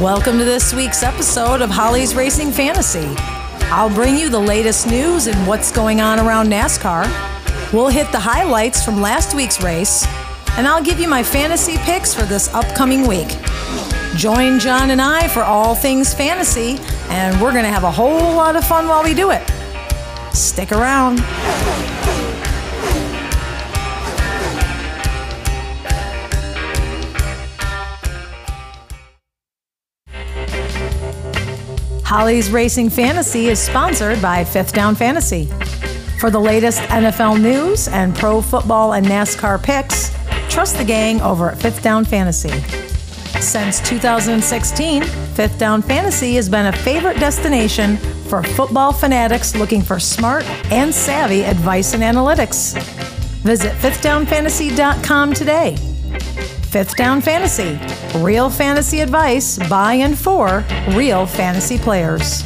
Welcome to this week's episode of Holly's Racing Fantasy. I'll bring you the latest news and what's going on around NASCAR. We'll hit the highlights from last week's race, and I'll give you my fantasy picks for this upcoming week. Join John and I for all things fantasy, and we're going to have a whole lot of fun while we do it. Stick around. Holly's Racing Fantasy is sponsored by Fifth Down Fantasy. For the latest NFL news and pro football and NASCAR picks, trust the gang over at Fifth Down Fantasy. Since 2016, Fifth Down Fantasy has been a favorite destination for football fanatics looking for smart and savvy advice and analytics. Visit fifthdownfantasy.com today. Fifth Down Fantasy, real fantasy advice by and for real fantasy players.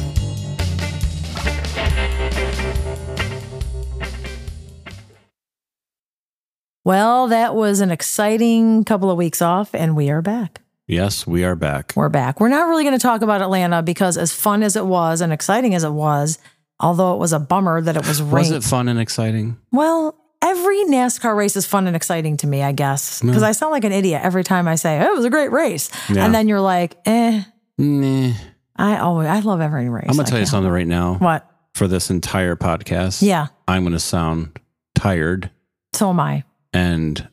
Well, that was an exciting couple of weeks off, and we are back. Yes, we are back. We're back. We're not really going to talk about Atlanta because, as fun as it was and exciting as it was, although it was a bummer that it was Was rain. it fun and exciting? Well, every NASCAR race is fun and exciting to me, I guess, because I sound like an idiot every time I say, "Oh, it was a great race," Yeah. and then you're like, "Eh." Nah. I always I love every race. I'm going to tell you something right now What? for this entire podcast. Yeah. I'm going to sound tired So am I. and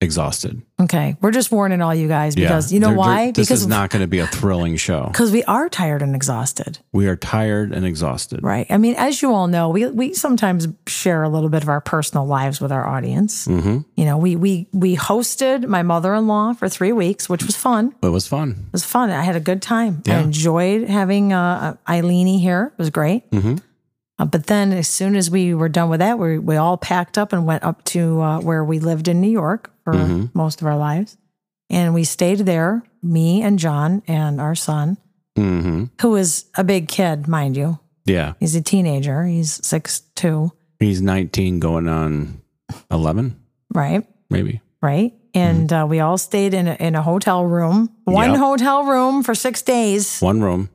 exhausted. Okay, we're just warning all you guys Yeah. because you know There- there- why? This because is not going to be a thrilling show. because we are tired and exhausted, We are tired and exhausted. right? I mean, as you all know, we we sometimes share a little bit of our personal lives with our audience. Mhm. You know, we we we hosted my mother in law for three weeks, which was fun. It was fun. It was fun. I had a good time. I Yeah. enjoyed having uh, Eileenie here. It was great. Mhm. Uh, but then, as soon as we were done with that, we, we all packed up and went up to uh, where we lived in New York for Mhm. most of our lives. And we stayed there, me and John and our son, hmm who is a big kid, mind you. Yeah. He's a teenager, he's six two, He's 19 going on 11, right? maybe. Right. And uh, we all stayed in a, in a hotel room, one Mm-hmm. Yep. hotel room for six days. One room.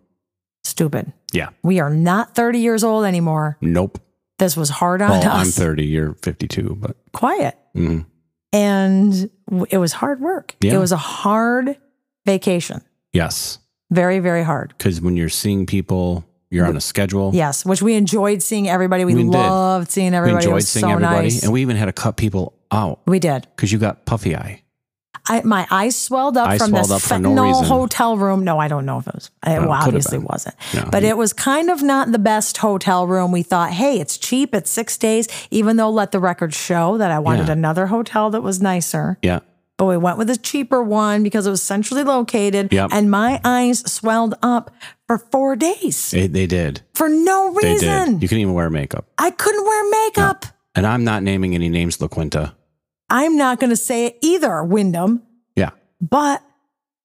Stupid. Yeah. We are not 30 years old anymore. Nope. This was hard on Well, I'm us. 30. You're 52, but Quiet. mhm. And w- it was hard work. Yeah. It was a hard vacation. yes. Very, very hard. Because when you're seeing people, you're on a schedule. Yes, which we enjoyed seeing everybody. We, We did. loved seeing everybody. We it enjoyed was seeing so everybody, nice. and we even had to cut people out we did. because you got puffy eye. I, my eyes swelled up Eyes from swelled this up for no fentanyl reason. hotel room. No, I don't know if it was. It well, could have obviously been. wasn't. No, but it was kind of not the best hotel room. We thought, hey, it's cheap. It's six days. Even though, let the record show that I wanted Yeah. another hotel that was nicer. Yeah, but we went with a cheaper one because it was centrally located. Yep. And my eyes swelled up for four days they, they did. for no They reason. did. You couldn't even wear makeup. I couldn't wear makeup. And I'm not naming any names, LaQuinta. I'm not going to say it either, Wyndham, Yeah, but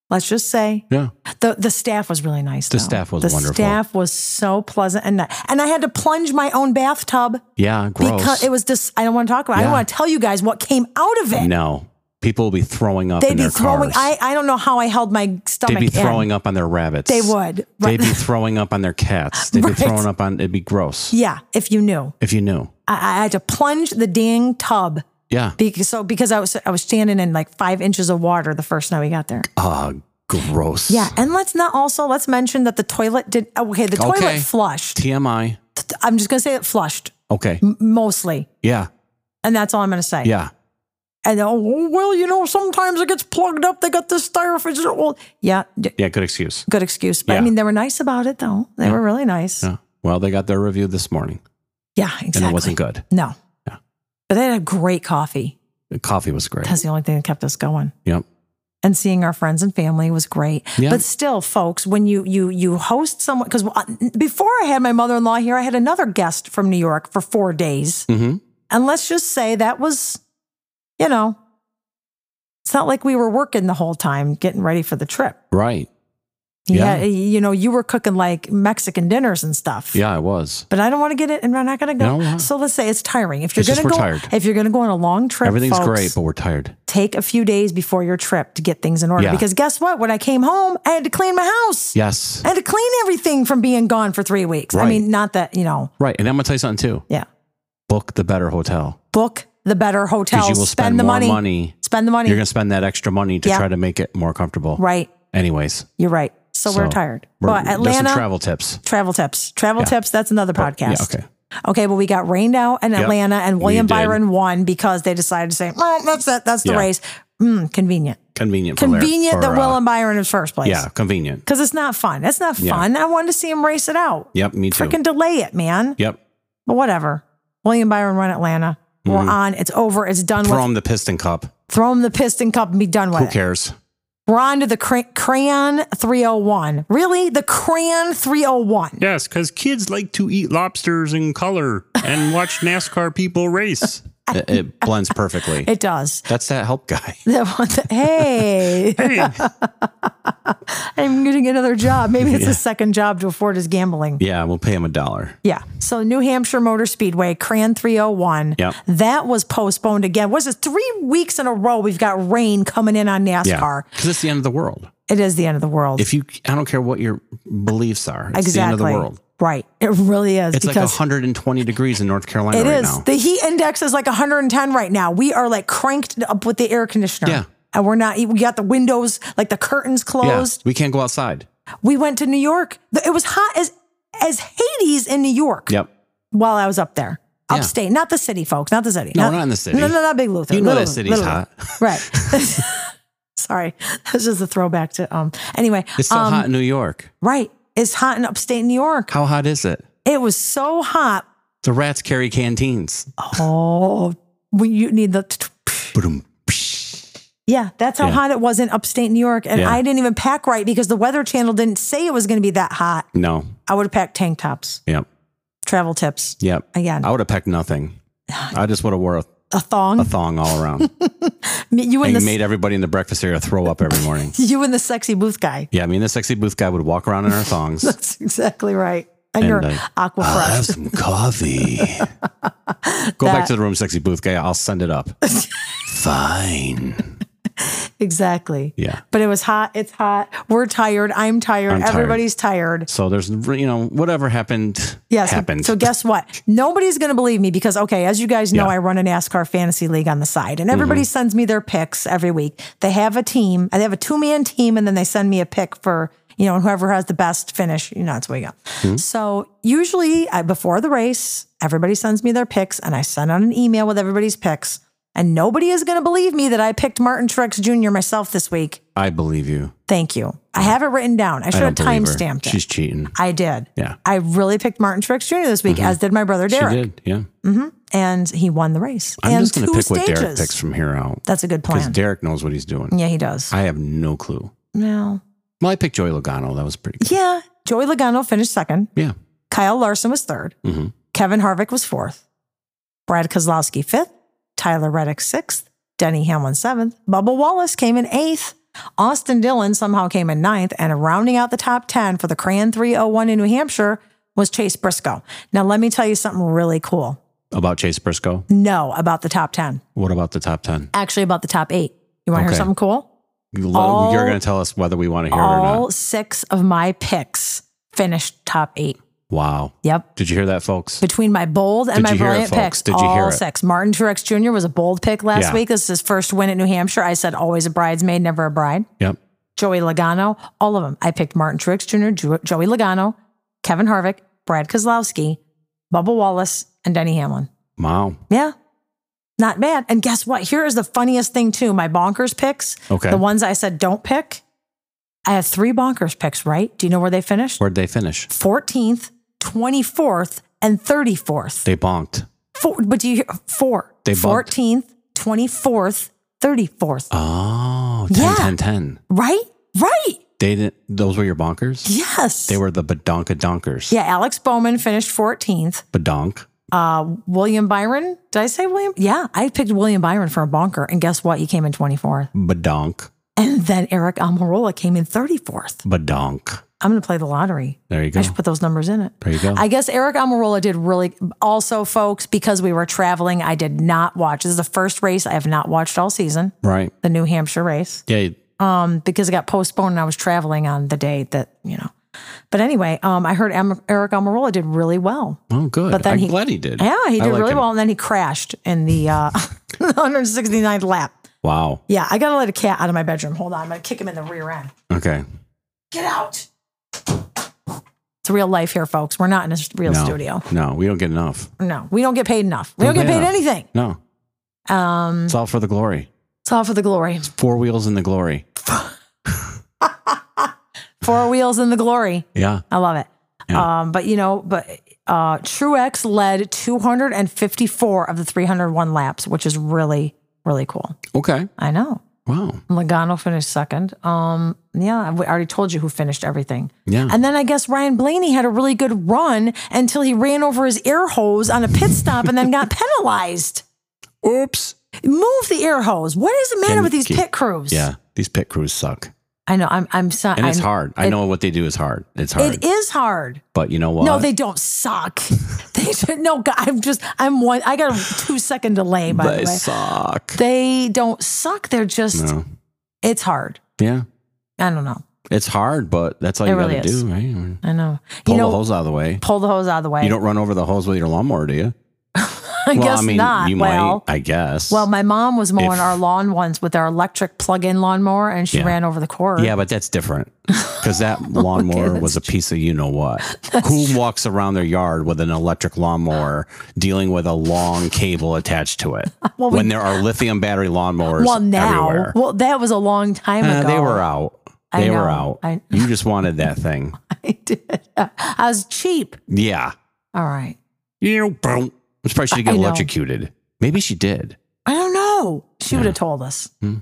let's just say yeah. the, the staff was really nice. The though. staff was the wonderful. staff was so pleasant. And, ni- and I had to plunge my own bathtub Yeah, gross. because it was just, I don't want to talk about it. I Yeah. don't want to tell you guys what came out of it. no, people will be throwing up They'd in be their throwing, cars. I, I don't know how I held my stomach They'd be in. throwing up on their rabbits. They would. They'd be throwing up on their cats. They'd Right. be throwing up on. It'd be gross Yeah, if you knew. if you knew. I, I had to plunge the dang tub Yeah. because so because I was I was standing in like five inches of water the first night we got there. Ah, gross. Yeah, and let's not also let's mention that the toilet did oh, okay. The toilet Okay. flushed. TMI. I'm just gonna say it flushed Okay. Mm. mostly, Yeah. and that's all I'm gonna say. Yeah. And oh well, you know sometimes it gets plugged up. They got this styrofoam. Well, yeah, d- Yeah. Good excuse. good excuse, but I Yeah. mean they were nice about it though. They were really nice. Yeah, Yeah. Well, they got their review this morning, exactly. and it wasn't good. No. But they had a great coffee. The coffee was great. That's the only thing that kept us going. Yep. and seeing our friends and family was great. Yeah. But still, folks, when you you you host someone, because before I had my mother in law here, I had another guest from New York for four days, Mm-hmm. and let's just say that was, you know, it's not like we were working the whole time getting ready for the trip. Right. Yeah. Yeah. You know, you were cooking like Mexican dinners and stuff. Yeah, I was. But I don't want to get it, and we're not going to go. No, wow. So let's say it's tiring. If you're It's going just to go, we're tired. if you're going to go on a long trip, Everything's folks, great, but we're tired. Take a few days before your trip to get things in order. Yeah. Because guess what? When I came home, I had to clean my house. Yes. I had to clean everything from being gone for three weeks. I Right. mean, not that you know. Right. And I'm going to tell you something too. Yeah. Book the better hotel Book the better hotel. because you will spend, the more money. money. Spend the money. You're going to spend that extra money to Yeah. try to make it more comfortable. right. Anyways, You're right. So, we're So, tired. we're- but there's some Atlanta travel. travel tips. tips. Travel tips. That's another podcast. Yeah. Okay. Okay, well, we got rained out in Atlanta, and you William did. Byron won because they decided to say, "Well, that's it. That's the Yeah. race." Mm, convenient. Convenient. for Lar- Convenient for, that uh, William Byron is first place. Yeah. Convenient. because it's not fun. It's not fun. I wanted to see him race it out. Yep. Me too. Freaking delay it, man. yep. But whatever. William Byron won Atlanta. Mm-hmm. We're on. It's over. It's done Throw with. 'em the piston cup. Throw him the piston cup and be done with Who it. cares? We're on to the cra- crayon 301. Really, the crayon 301. Yes, because kids like to eat lobsters in color and watch NASCAR people race. It, it blends perfectly. It does. That's that help guy. hey, Hey, I'm getting another job. Maybe it's a second job to afford his gambling. Yeah. We'll pay him a dollar. Yeah. So New Hampshire Motor Speedway, Cran 301. Yep. That was postponed again. Was it three weeks in a row? We've got rain coming in on Yeah. NASCAR. Because it's the end of the world. It is the end of the world. If you, I don't care what your beliefs are. It's the end of exactly. the world. Right. It really is It's like because 120 degrees in North Carolina it right is. now. The heat index is like 110 right now. We are like cranked up with the air conditioner. Yeah. And we're not, we got the windows, like the curtains yeah. closed. We can't go outside. We went to New York. It was hot as, as Hades in New York. Yep. while I was up there. Yeah. Upstate, not the city, folks, not the city. No, not in the city. No, no, not Big Luther. You know Little- that city's Little- hot. Right. Sorry. That's just a throwback to um anyway. It's so um, hot in New York. Right. It's hot in upstate New York. How hot is it? It was so hot. The rats carry canteens. Oh, we, you need the t- t- Boom. yeah. That's how Yeah. hot it was in upstate New York, and Yeah. I didn't even pack right because the Weather Channel didn't say it was going to be that hot. No. I would have packed tank tops. Yep. Travel tips Yep. again. I would have packed nothing. I just would have wore a, a thong. a thong all around you and and the made everybody in the breakfast area throw up every morning. you and the sexy booth guy. Yeah, me and the sexy booth guy would walk around in our thongs. That's exactly right. And, your I- uh, aqua I'll fresh. have some coffee. Go That- back to the room, sexy booth guy. I'll send it up. Fine. Exactly. Yeah. But it was hot. It's hot. We're tired. I'm tired. I'm tired. Everybody's tired. So there's, you know, whatever happened Yes. happened. So guess what? Nobody's going to believe me because, okay, as you guys know, Yeah. Mm-hmm. I run a NASCAR fantasy league on the side and everybody sends me their picks every week. They have a team and they have a two man team and then they send me a pick for, you know, and whoever has the best finish, you know, that's what you got. Mm-hmm. So usually I, before the race, everybody sends me their picks and I send out an email with everybody's picks. And nobody is going to believe me that I picked Martin Truex Jr. myself this week. I believe you. Thank you. I have it written down. I should Mm. I have don't believe her. timestamped it. She's cheating. I did. Yeah. I really picked Martin Truex Jr. this week, as did my brother Mm-hmm. She Derek, did. Yeah. and he won the race. I'm and just going two to pick what stages. Derek picks from here out That's a good because plan. Derek knows what he's doing. yeah, he does. I have no clue. well, Well, I picked Joey Logano. That was pretty good. yeah. Joey Logano finished second. Yeah. Kyle Larson was third. Mhm. Kevin Harvick was fourth. Brad Kozlowski fifth. Tyler Reddick sixth. Denny Hamlin seventh. Bubba Wallace came in eighth. Austin Dillon somehow came in ninth. And rounding out the top 10 for the Crayon 301 in New Hampshire was Chase Briscoe. Now, let me tell you something really cool. About Chase Briscoe. No, about the top 10. What about the top 10? Actually, about the top eight. You want to hear Okay. something cool? You- All- You're going to tell us whether we want to hear it or All not. six of my picks finished top eight. Wow. Yep. Did you hear that, folks? between my bold and Did my you hear it, brilliant folks? picks. Did you all hear it? six. Martin Truex Jr. was a bold pick last Yeah. week. This is his first win at New Hampshire. I said always a bridesmaid, never a bride. Yep. Joey Logano, all of them. I picked Martin Truex Jr., Jo- Joey Logano, Kevin Harvick, Brad Kozlowski, Bubba Wallace, and Denny Hamlin. Wow. Yeah. Not bad. And guess what? Here is the funniest thing too. My bonkers picks, Okay. the ones I said don't pick. I have three bonkers picks, right? Do you know where they finished? Where'd they finish? 14th, 24th, and 34th. They bonked. Four, but do you hear four? They bumped. 14th, 24th, 34th. Oh, 10, Yeah. 10, 10. Right? Right. They didn't, those were your bonkers? Yes. They were the badonka donkers. yeah, Alex Bowman finished 14th. Badonk. Uh, William Byron, did I say William? Yeah, I picked William Byron for a bonker. And guess what? He came in 24th. Badonk. And then Eric Almirola came in 34th. Badonk. I'm going to play the lottery. There you go. I should put those numbers in it. There you go. I guess Eric Almirola did really. Also, folks, because we were traveling, I did not watch. This is the first race I have not watched all season, Right. the New Hampshire race, Yeah. um, because it got postponed and I was traveling on the day that, you know. But anyway, um, I heard Am- Eric Almirola did really well. Oh, good. But then I'm he- glad he did. Yeah, he I did like really him. well. And then he crashed in the uh, 169th lap. Wow. Yeah, I got to let a cat out of my bedroom. Hold on. I'm going to kick him in the rear end. Okay. Get out. It's real life here, folks. We're not in a s- real No. studio. No, we don't get enough. No, we don't get paid enough. We don't Don't get paid pay enough. anything. No. Um. It's all for the glory. It's all for the glory. Four wheels in the glory. Four wheels in the glory. Yeah. I love it. Yeah. Um, but you know, but uh, Truex led 254 of the 301 laps, which is really, really cool. Okay. I know. Wow. Logano finished second. Um, yeah, I already told you who finished everything. Yeah. And then I guess Ryan Blaney had a really good run until he ran over his air hose on a pit stop and then got penalized. Oops. Move the air hose. What is the matter Can- with these can- pit crews? Yeah. These pit crews suck, I know. I'm. I'm sorry. and it's I'm- hard. I it- know what they do is hard. It's hard. It is hard. but you know what? No, they don't suck. they should, no. God, I'm just. I'm one. I got a two second delay. By They the way, suck. they don't suck. They're just. No. It's hard. Yeah. I don't know. It's hard, but that's all It you really got to is. do, right? I know. Pull you know, the hose out of the way. pull the hose out of the way. You don't run over the hose with your lawnmower, do you? I guess I mean, not. you well, might, I guess. Well, my mom was mowing If- our lawn once with our electric plug-in lawnmower, and she Yeah. ran over the cord. yeah, but that's different because that Oh, lawnmower was a piece of you know what. Who walks around their yard with an electric lawnmower dealing with a long cable attached to it Well, we- when there are lithium battery lawnmowers Well, now, everywhere? well, that was a long time Uh, ago. they were out. I They were know. out. I- you just wanted that thing. I did. I was cheap. Yeah. All right. You know, boom. I'm surprised she didn't I get know. electrocuted. Maybe she did. I don't know. She would have told us. Hmm.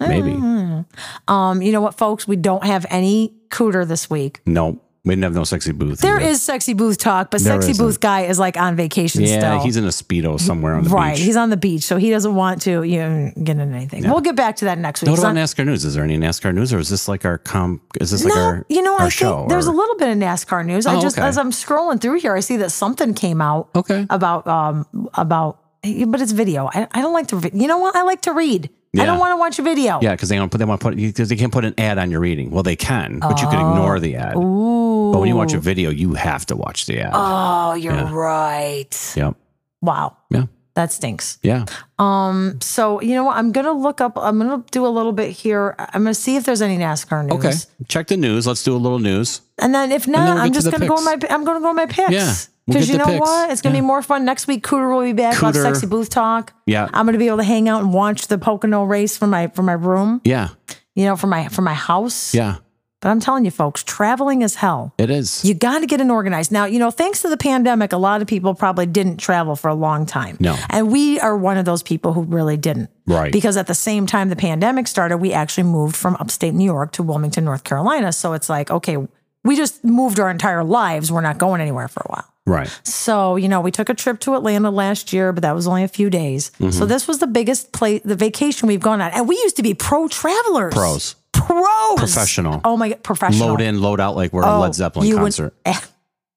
I don't Maybe. know. Um, you know what, folks? We don't have any cooter this week. Nope. We didn't have no sexy booth. There is either. sexy booth talk, but There sexy isn't. booth guy is like on vacation Yeah, still. he's in a speedo somewhere on the right. beach. He's on the beach, so he doesn't want to you know, get into anything. We'll get back to that next week. What It's about not- NASCAR news? Is there any NASCAR news, or is this like our com? Is this like no, our you know, our I show? think there's or- a little bit of NASCAR news. I Oh, just okay. Oh. as I'm scrolling through here, I see that something came out okay. about um about but it's video. I, I don't like to vi- you know what I like to read. I Yeah. don't want to watch a video. Yeah, because they don't put they want to put because they can't put an ad on your reading. Well, they can, but you can ignore the ad. Ooh. But when you watch a video, you have to watch the ad. Oh, you're right. yep. Wow. Yeah. That stinks. Yeah. Um, so you know what? I'm gonna look up I'm gonna do a little bit here. I'm gonna see if there's any NASCAR news. Okay. Check the news. Let's do a little news. And then if not, then we'll I'm get just to the gonna go in my I'm gonna go in my picks. Yeah, we'll Because get you the know picks. what? It's gonna be more fun. Next week Cooter will be back, we'll have Cooter. sexy booth talk. Yeah. I'm gonna be able to hang out and watch the Pocono race from my from my room, Yeah. you know, from my from my house. Yeah. But I'm telling you folks, traveling is hell. It is. You got to get it organized. Now, you know, thanks to the pandemic, a lot of people probably didn't travel for a long time. No. And we are one of those people who really didn't. Right. Because at the same time the pandemic started, we actually moved from upstate New York to Wilmington, North Carolina. So it's like, okay, we just moved our entire lives. We're not going anywhere for a while. right. So, you know, we took a trip to Atlanta last year, but that was only a few days. Mm-hmm. So this was the biggest place, the vacation we've gone on. And we used to be pro travelers. Pros. Pros. Professional. Oh my God, professional. Load in, load out like we're a Oh, Led Zeppelin you would- eh, concert.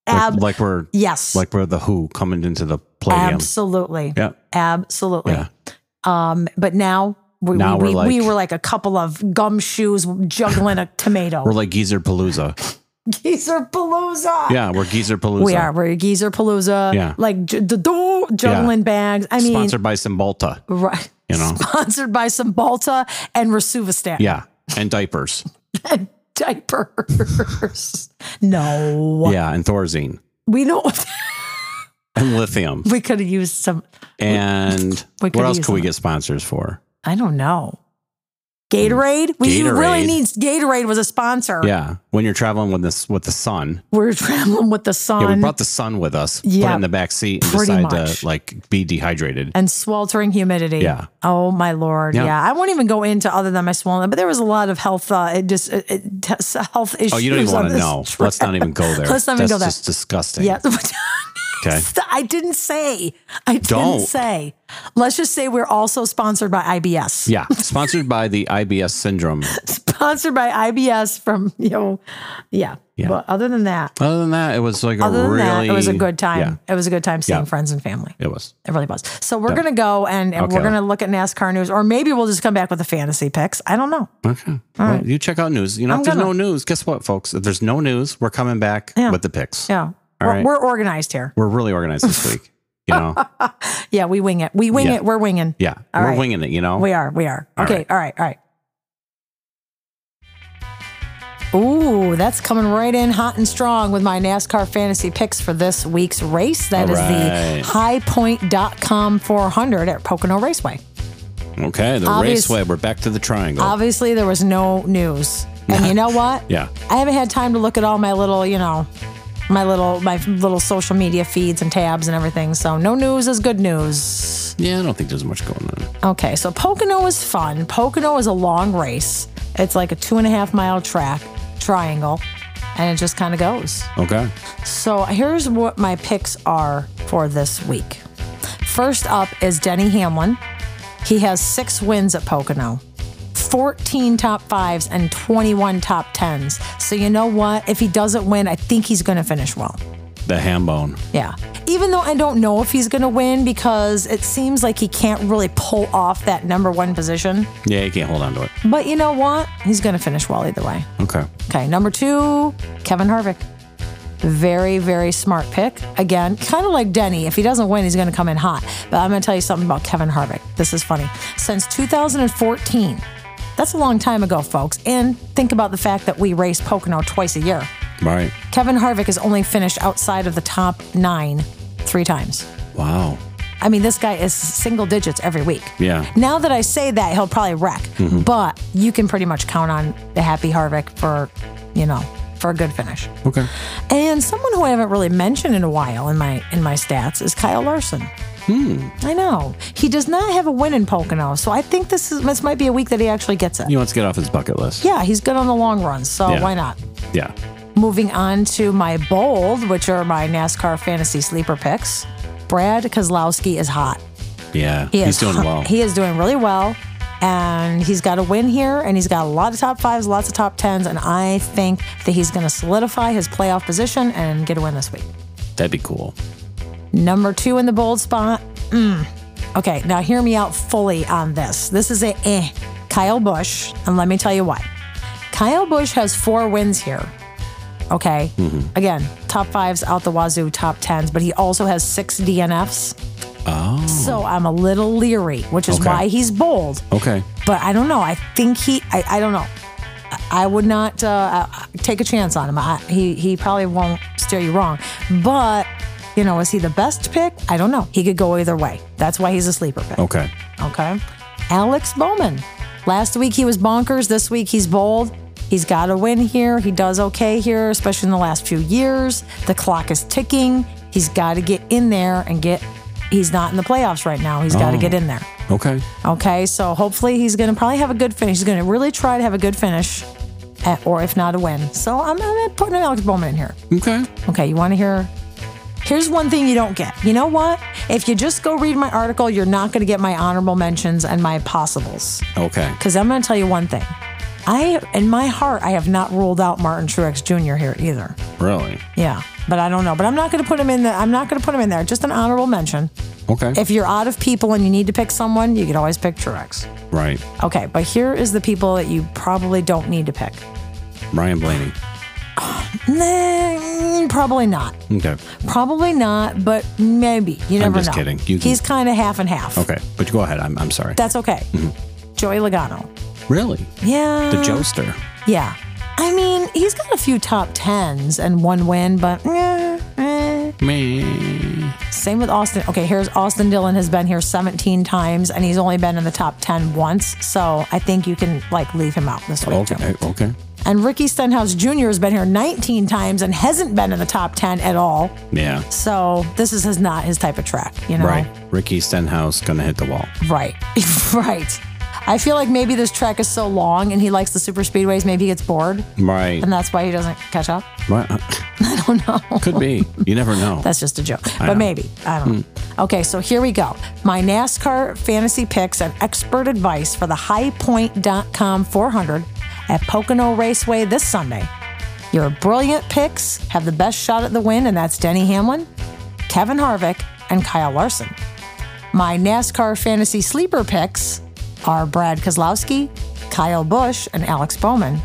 Ab- like, like we're yes. like we're the Who coming into the Palladium. Absolutely. Yeah. Absolutely. Yeah. Um, but now we, Now we, we're we, like- we were like a couple of gumshoes juggling a tomato. We're like Geezer Palooza. Geezer Palooza. Yeah, we're Geezer Palooza. We are. We're Geezer Palooza. Yeah. Like j- the door juggling bags. I mean, Sponsored by Cymbalta. right. You know. Sponsored by some Balta and Resuvastat. Yeah. And diapers. Diapers. no. Yeah, and Thorazine We don't. and lithium. we could have used some. And We what could else use could we them. get sponsors for? I don't know. Gatorade. We you really Gatorade. need Gatorade was a sponsor. Yeah, when you're traveling with this with the sun, We're traveling with the sun yeah, we brought the sun with us. put Yeah, it in the back seat and pretty decide much. to like be dehydrated. and sweltering humidity. Yeah. Oh my lord. Yeah. Yeah. I won't even go into other than my swollen, but there was a lot of health uh, it just uh, it, t- health issues. Oh, you don't even on want to this know. trip. Let's not even go there. Let's not even That's go there. Just disgusting. Yeah. Okay. St- I didn't say. I didn't Don't. say. Let's just say we're also sponsored by IBS. Yeah. Sponsored by the IBS syndrome. Sponsored by IBS from, you know, yeah. But other than that, Other than that, it was like other a than really. that, it was a good time. It Yeah, was a good time seeing Yeah. friends and family. it was. It really was. So we're going to go and, and we're Okay. going to look at NASCAR news, or maybe we'll just come back with the fantasy picks. I don't know. Okay. well, You check out news. You know, if there's gonna. no news, guess what, folks? If there's no news, we're coming back with the picks. Yeah. We're, right. we're organized here. We're really organized this week. You know? Yeah, we wing it. We wing Yeah. it. We're winging. Yeah. All we're right. winging it, you know? We are. We are. okay. All right. All right. Ooh, that's coming right in hot and strong with my NASCAR fantasy picks for this week's race. That All is right. the highpoint.com 400 at Pocono Raceway. Okay. The Obvious- raceway. We're back to the triangle. Obviously, there was no news. And you know what? Yeah. I haven't had time to look at all my little, you know, my little my little social media feeds and tabs and everything. So no news is good news. yeah, I don't think there's much going on. Okay, so Pocono is fun. Pocono is a long race. It's like a two and a half mile track triangle, and it just kind of goes. Okay. So here's what my picks are for this week. First up is Denny Hamlin. He has six wins at Pocono, 14 top fives, and 21 top tens. So you know what? If he doesn't win, I think he's going to finish well. The ham bone. Yeah. Even though I don't know if he's going to win because it seems like he can't really pull off that number one position. Yeah, you can't hold on to it. But you know what? He's going to finish well either way. Okay. Okay. Number two, Kevin Harvick. Very, very smart pick. Again, kind of like Denny. If he doesn't win, he's going to come in hot. But I'm going to tell you something about Kevin Harvick. This is funny. Since 2014, that's a long time ago, folks. And think about the fact that we race Pocono twice a year. Right. Kevin Harvick has only finished outside of the top nine three times. Wow. I mean, this guy is single digits every week. Yeah. Mm-hmm. Now that I say that, he'll probably wreck, but you can pretty much count on the happy Harvick for, you know, for a good finish. Okay. And someone who I haven't really mentioned in a while in my in my stats is Kyle Larson. Hmm. I know he does not have a win in Pocono, so I think this is this might be a week that he actually gets it. He wants to get off his bucket list. Yeah, he's good on the long run, so Yeah. why not? Yeah. Moving on to my bold, which are my NASCAR fantasy sleeper picks. Brad Kozlowski is hot. Yeah. He He's is doing hu- well. He is doing really well. And he's got a win here, and he's got a lot of top fives, lots of top tens, and I think that he's going to solidify his playoff position and get a win this week. That'd be cool. Number two in the bold spot. mm. Okay, now hear me out fully on this. This is a eh. Kyle Bush, and let me tell you why. Kyle Bush has four wins here. Okay, Mm-hmm. again, top fives out the wazoo, top tens, but he also has six DNFs. Oh. So I'm a little leery, which is Okay. why he's bold. Okay. But I don't know. I think he. I, I don't know. I- I would not uh, uh, take a chance on him. I, he he probably won't steer you wrong. But you know, is he the best pick? I don't know. He could go either way. That's why he's a sleeper pick. Okay. Okay. Alex Bowman. Last week he was bonkers. This week he's bold. He's got a win here. He does okay here, especially in the last few years. The clock is ticking. He's got to get in there and get. He's not in the playoffs right now. He's got to get in there. Okay. Okay, so hopefully he's going to probably have a good finish. He's going to really try to have a good finish, at, or if not, a win. So I'm, I'm putting Alex Bowman in here. Okay. Okay, you want to hear? Here's one thing you don't get. You know what? If you just go read my article, you're not going to get my honorable mentions and my possibles. Okay. Because I'm going to tell you one thing. I, in my heart, I have not ruled out Martin Truex Jr. here either. Really? Yeah, but I don't know. But I'm not going to put him in the. I'm not going to put him in there. Just an honorable mention. Okay. If you're out of people and you need to pick someone, you can always pick Truex. right. Okay, but here is the people that you probably don't need to pick. Ryan Blaney. Nah, probably not. Okay. Probably not, but maybe. You never just know. kidding. You can- He's kind of half and half. Okay. But you go ahead. I'm, I'm sorry. That's okay. Joey Logano. really? Yeah. The Joester. Yeah. I mean, he's got a few top tens and one win, but eh, eh. Me. same with Austin. Okay, here's Austin Dillon has been here 17 times and he's only been in the top 10 once. So I think you can like leave him out this week. too. Okay. Okay. And Ricky Stenhouse Jr. has been here 19 times and hasn't been in the top 10 at all. Yeah. So this is his, not his type of track, you know? Right. Ricky Stenhouse gonna hit the wall. Right. Right. I feel like maybe this track is so long and he likes the super speedways. Maybe he gets bored Right. and that's why he doesn't catch up. right. I don't know. Could be. You never know. That's just a joke, but maybe. I don't know. Hmm. Okay, so here we go. My NASCAR fantasy picks and expert advice for the highpoint.com 400 at Pocono Raceway this Sunday. Your brilliant picks have the best shot at the win, and that's Denny Hamlin, Kevin Harvick, and Kyle Larson. My NASCAR fantasy sleeper picks are Brad Kozlowski, Kyle Busch, and Alex Bowman.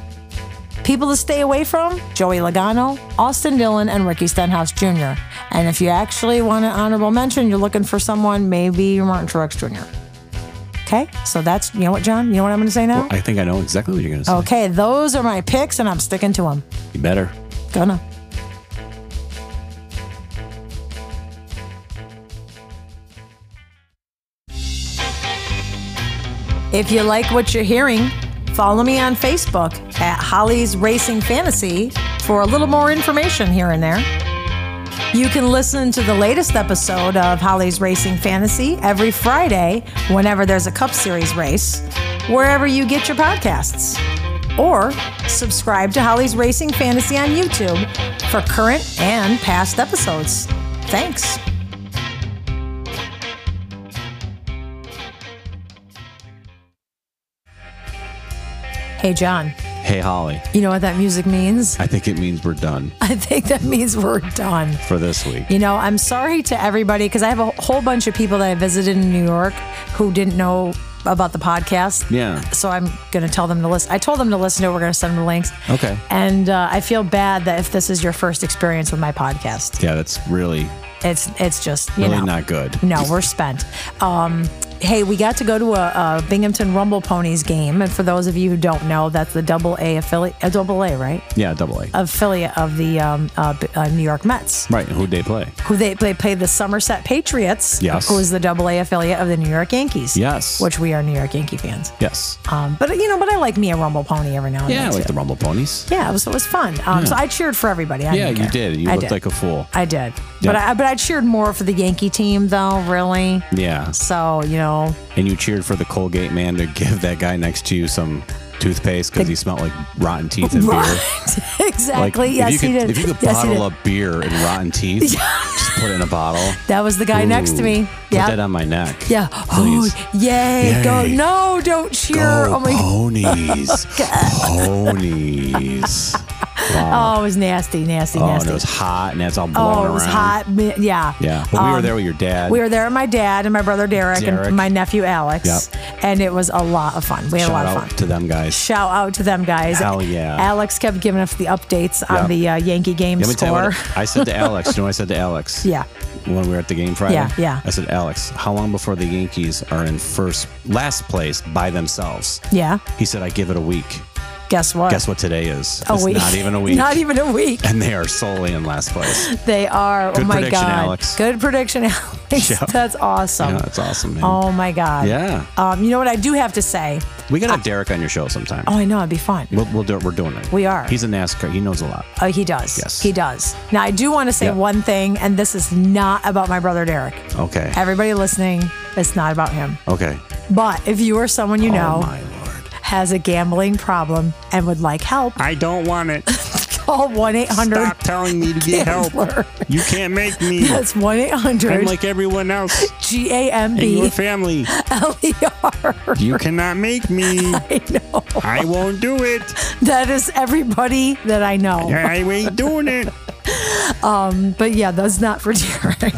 People to stay away from Joey Logano, Austin Dillon, and Ricky Stenhouse Jr. And if you actually want an honorable mention, you're looking for someone, maybe Martin Truex Jr. Okay, so that's, you know what, John? You know what I'm going to say now? I think I know exactly what you're going to say. Okay, those are my picks, and I'm sticking to them. You better. Gonna. If you like what you're hearing, follow me on Facebook at Holly's Racing Fantasy for a little more information here and there. You can listen to the latest episode of Holly's Racing Fantasy every Friday whenever there's a Cup Series race, wherever you get your podcasts. Or subscribe to Holly's Racing Fantasy on YouTube for current and past episodes. Thanks. Hey, John, Hey, Holly. you know what that music means? I think it means we're done I think that means we're done. for this week. You know, I'm sorry to everybody because I have a whole bunch of people that I visited in New York who didn't know about the podcast. Yeah. So I'm going to tell them to listen. I told them to listen to it. We're going to send them the links. Okay. And uh, I feel bad that if this is your first experience with my podcast, Yeah, that's really, it's it's just you really know not good. no, we're spent. Um, hey, we got to go to a, a Binghamton Rumble Ponies game, and for those of you who don't know, that's the Double A affiliate, a Double A, right? Yeah, double Uh, A. Affiliate of the um, uh, B- uh, New York Mets. right. Who'd they play? who they, they played the Somerset Patriots, Yes. who is the Double A affiliate of the New York Yankees. Yes. which we are New York Yankee fans. Yes. Um, but you know, but I like me a Rumble Pony every now and yeah, I then. like too. the Rumble Ponies. yeah, it was, it was fun. Um, So I cheered for everybody. I Yeah, didn't you care. did. You I looked did. like a fool. I did, but Yeah. I but I cheered more for the Yankee team though. Really. yeah. So you know, And you cheered for the Colgate man to give that guy next to you some toothpaste because he smelled like rotten teeth and beer. Like, exactly. if yes, you could, he did. If you could yes, he bottle did. up beer and rotten teeth, just put it in a bottle. That was the guy next to Ooh, me. Put that Yeah. on my neck. Yeah. Please. Oh, yay, Go. Yay. No, don't cheer. Go oh my ponies. ponies. Wow. Oh, it was nasty, nasty, Oh, nasty. and it was hot and that's all blown Oh, around. it was hot. Mi- Yeah. Yeah. But we were Um, there with your dad. We were there with my dad and my brother Derek, Derek. and my nephew Alex. And it was a lot of fun. We had Shout a lot out of fun. to them guys. Shout out to them guys. Hell yeah. Alex kept giving us the updates Yeah. on the uh, Yankee game Let me tell you score. what I said to Alex. You know what I said to Alex? Yeah. When we were at the game Friday? Yeah, yeah. I said, Alex, how long before the Yankees are in first, last place by themselves? yeah. He said, I give it a week. Guess what? Guess what today is? A it's week. not even a week. Not even a week. and they are solely in last place. They are. oh Good my prediction, God. Alex. Good prediction, Alex. Yeah. That's awesome. Yeah, that's awesome, man. Oh my God. Yeah. Um, you know what I do have to say? We got to have Derek on your show sometime. Oh, I know. It'd be fun. We'll, we'll do it. We're doing it. We are. He's a NASCAR. He knows a lot. Oh, he does. Yes. He does. Now, I do want to say Yeah. one thing, and this is not about my brother Derek. Okay. Everybody listening, it's not about him. Okay. But if you or someone you Oh know my lord. has a gambling problem and would like help, I don't want it. call 1 800 Ah. Stop telling me to get help. Gambler. You can't make me. That's 1 I'm 800 like everyone else G A M in your B family. L E R. You cannot make me. I know. I won't do it. That is everybody that I know. I ain't doing it. But yeah, that's not for Derek.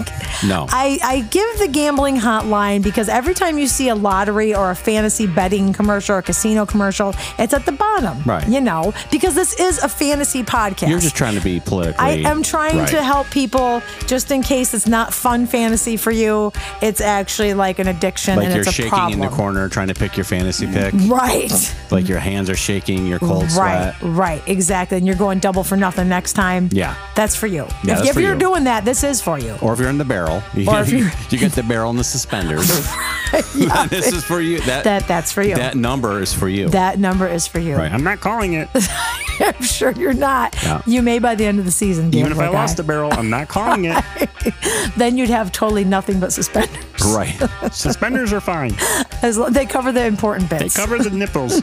No. I, I give the gambling hotline because every time you see a lottery or a fantasy betting commercial or a casino commercial, it's at the bottom. Right. You know, because this is a fantasy podcast. You're just trying to be politically. I am trying to right. help people just in case it's not fun fantasy for you. It's actually like an addiction Like and you're it's a shaking problem. in the corner trying to pick your fantasy pick. Right. Like your hands are shaking, your cold Right, sweat. right, exactly. And you're going double for nothing next time. Yeah. That's for you. Yeah, if that's if for you're you. doing that, this is for you. Or if you're in the barrel, you, Or if you, you're- get the barrel and the suspenders. this is for you. That, That that's for you. that number is for you. that number is for you. Right. I'm not calling it. I'm sure you're not. Yeah. You may by the end of the season. Even if gambler I lost guy. the barrel, I'm not calling it. then you'd have totally nothing but suspenders. straps. Right. Oh, Suspenders are fine. As lo- they cover the important They bits. cover the nipples.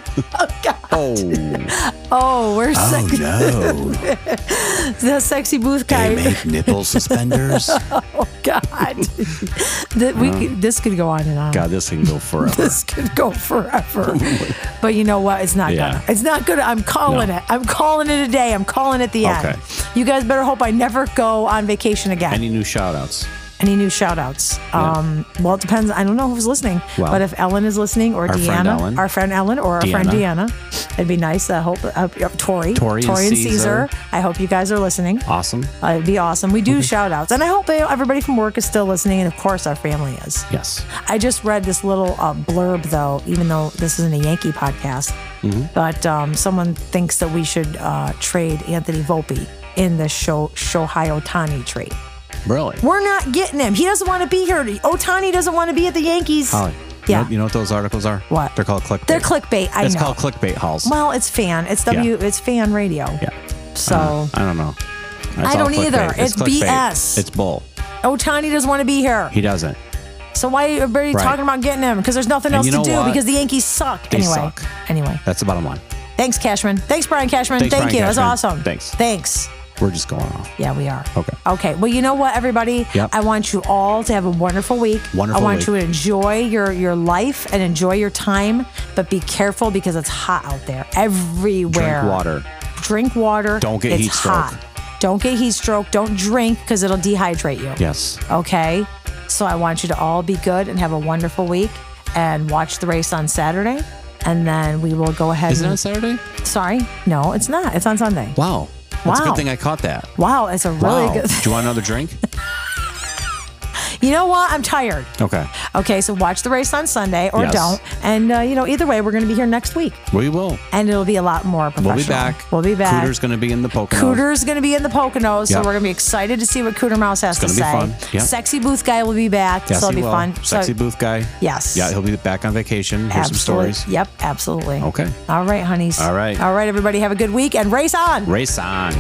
Oh, oh, we're Oh sec- no! the sexy booth They guy. make nipple suspenders. God, That we could- this could go on and on. God, this can go forever. This could go forever. but you know what? It's not Yeah. gonna. It's not gonna. I'm calling No. it. I'm calling it a day. I'm calling it the Okay. end. You guys better hope I never go on vacation again. Any new shout outs? Any new shout outs? Um, well, it depends. I don't know who's listening, Well, but if Ellen is listening or our Deanna, friend Ellen. our friend Ellen or our friend Deanna. Deanna, it'd be nice. I hope uh, uh, Tori, Tori and Caesar. I hope you guys are listening. Awesome. Uh, it'd be awesome. We do shout outs, and I hope everybody from work is still listening, and of course, our family is. Yes. I just read this little uh, blurb, though, even though this isn't a Yankee podcast, Mm-hmm. but um, someone thinks that we should uh, trade Anthony Volpe in the Sho- Shohei Otani trade. Really? We're not getting him. He doesn't want to be here. Otani doesn't want to be at the Yankees. Holly. Yeah. You know, you know what those articles are? What? They're called clickbait. They're clickbait. I It's know. called clickbait, Halls. well, it's fan. It's W. It's fan radio. yeah. Uh-huh. So I don't know. It's all Oh. don't either. clickbait. It's clickbait. BS. It's bull. Otani doesn't want to be here. He doesn't. So why are everybody Right. talking about getting him? Because there's nothing And else you to know do what? because the Yankees suck. They anyway. suck. Anyway. That's the bottom line. Thanks, Cashman. Thanks, Brian Cashman. Thanks, Thank Brian you. That's Cashman. awesome. Thanks. Thanks. We're just going off. Yeah, we are. Okay. Okay. Well, you know what, everybody? Yep. I want you all to have a wonderful week. Wonderful I want week. you to enjoy your your life and enjoy your time, but be careful because it's hot out there everywhere. Drink water. Drink water. Don't get it's heat stroke. Hot. Don't get heat stroke. Don't drink because it'll dehydrate you. Yes. Okay. So I want you to all be good and have a wonderful week and watch the race on Saturday. And then we will go ahead Is it and on Saturday? Sorry, no, it's not. It's on Sunday. Wow. That's a Wow. good thing I caught that. Wow, it's a really Wow. good. Do you want another drink? You know what? I'm tired. Okay. Okay, so watch the race on Sunday or Yes. don't. And uh, you know, either way, we're going to be here next week, We will. and it'll be a lot more professional. We'll be back. We'll be back. Cooter's going to be in the Poconos. Cooter's going to be in the Poconos, so Yeah. we're going to be excited to see what Cooter Mouse has It's to say. gonna be fun. Yeah. Sexy Booth Guy will be back, Yes, so it'll he be will. fun. Sexy so, booth guy. Yes. Yeah, he'll be back on vacation. Hear some absolutely. stories. Yep, absolutely. Okay. All right, honeys. All right. All right, everybody, have a good week and race on. Race on.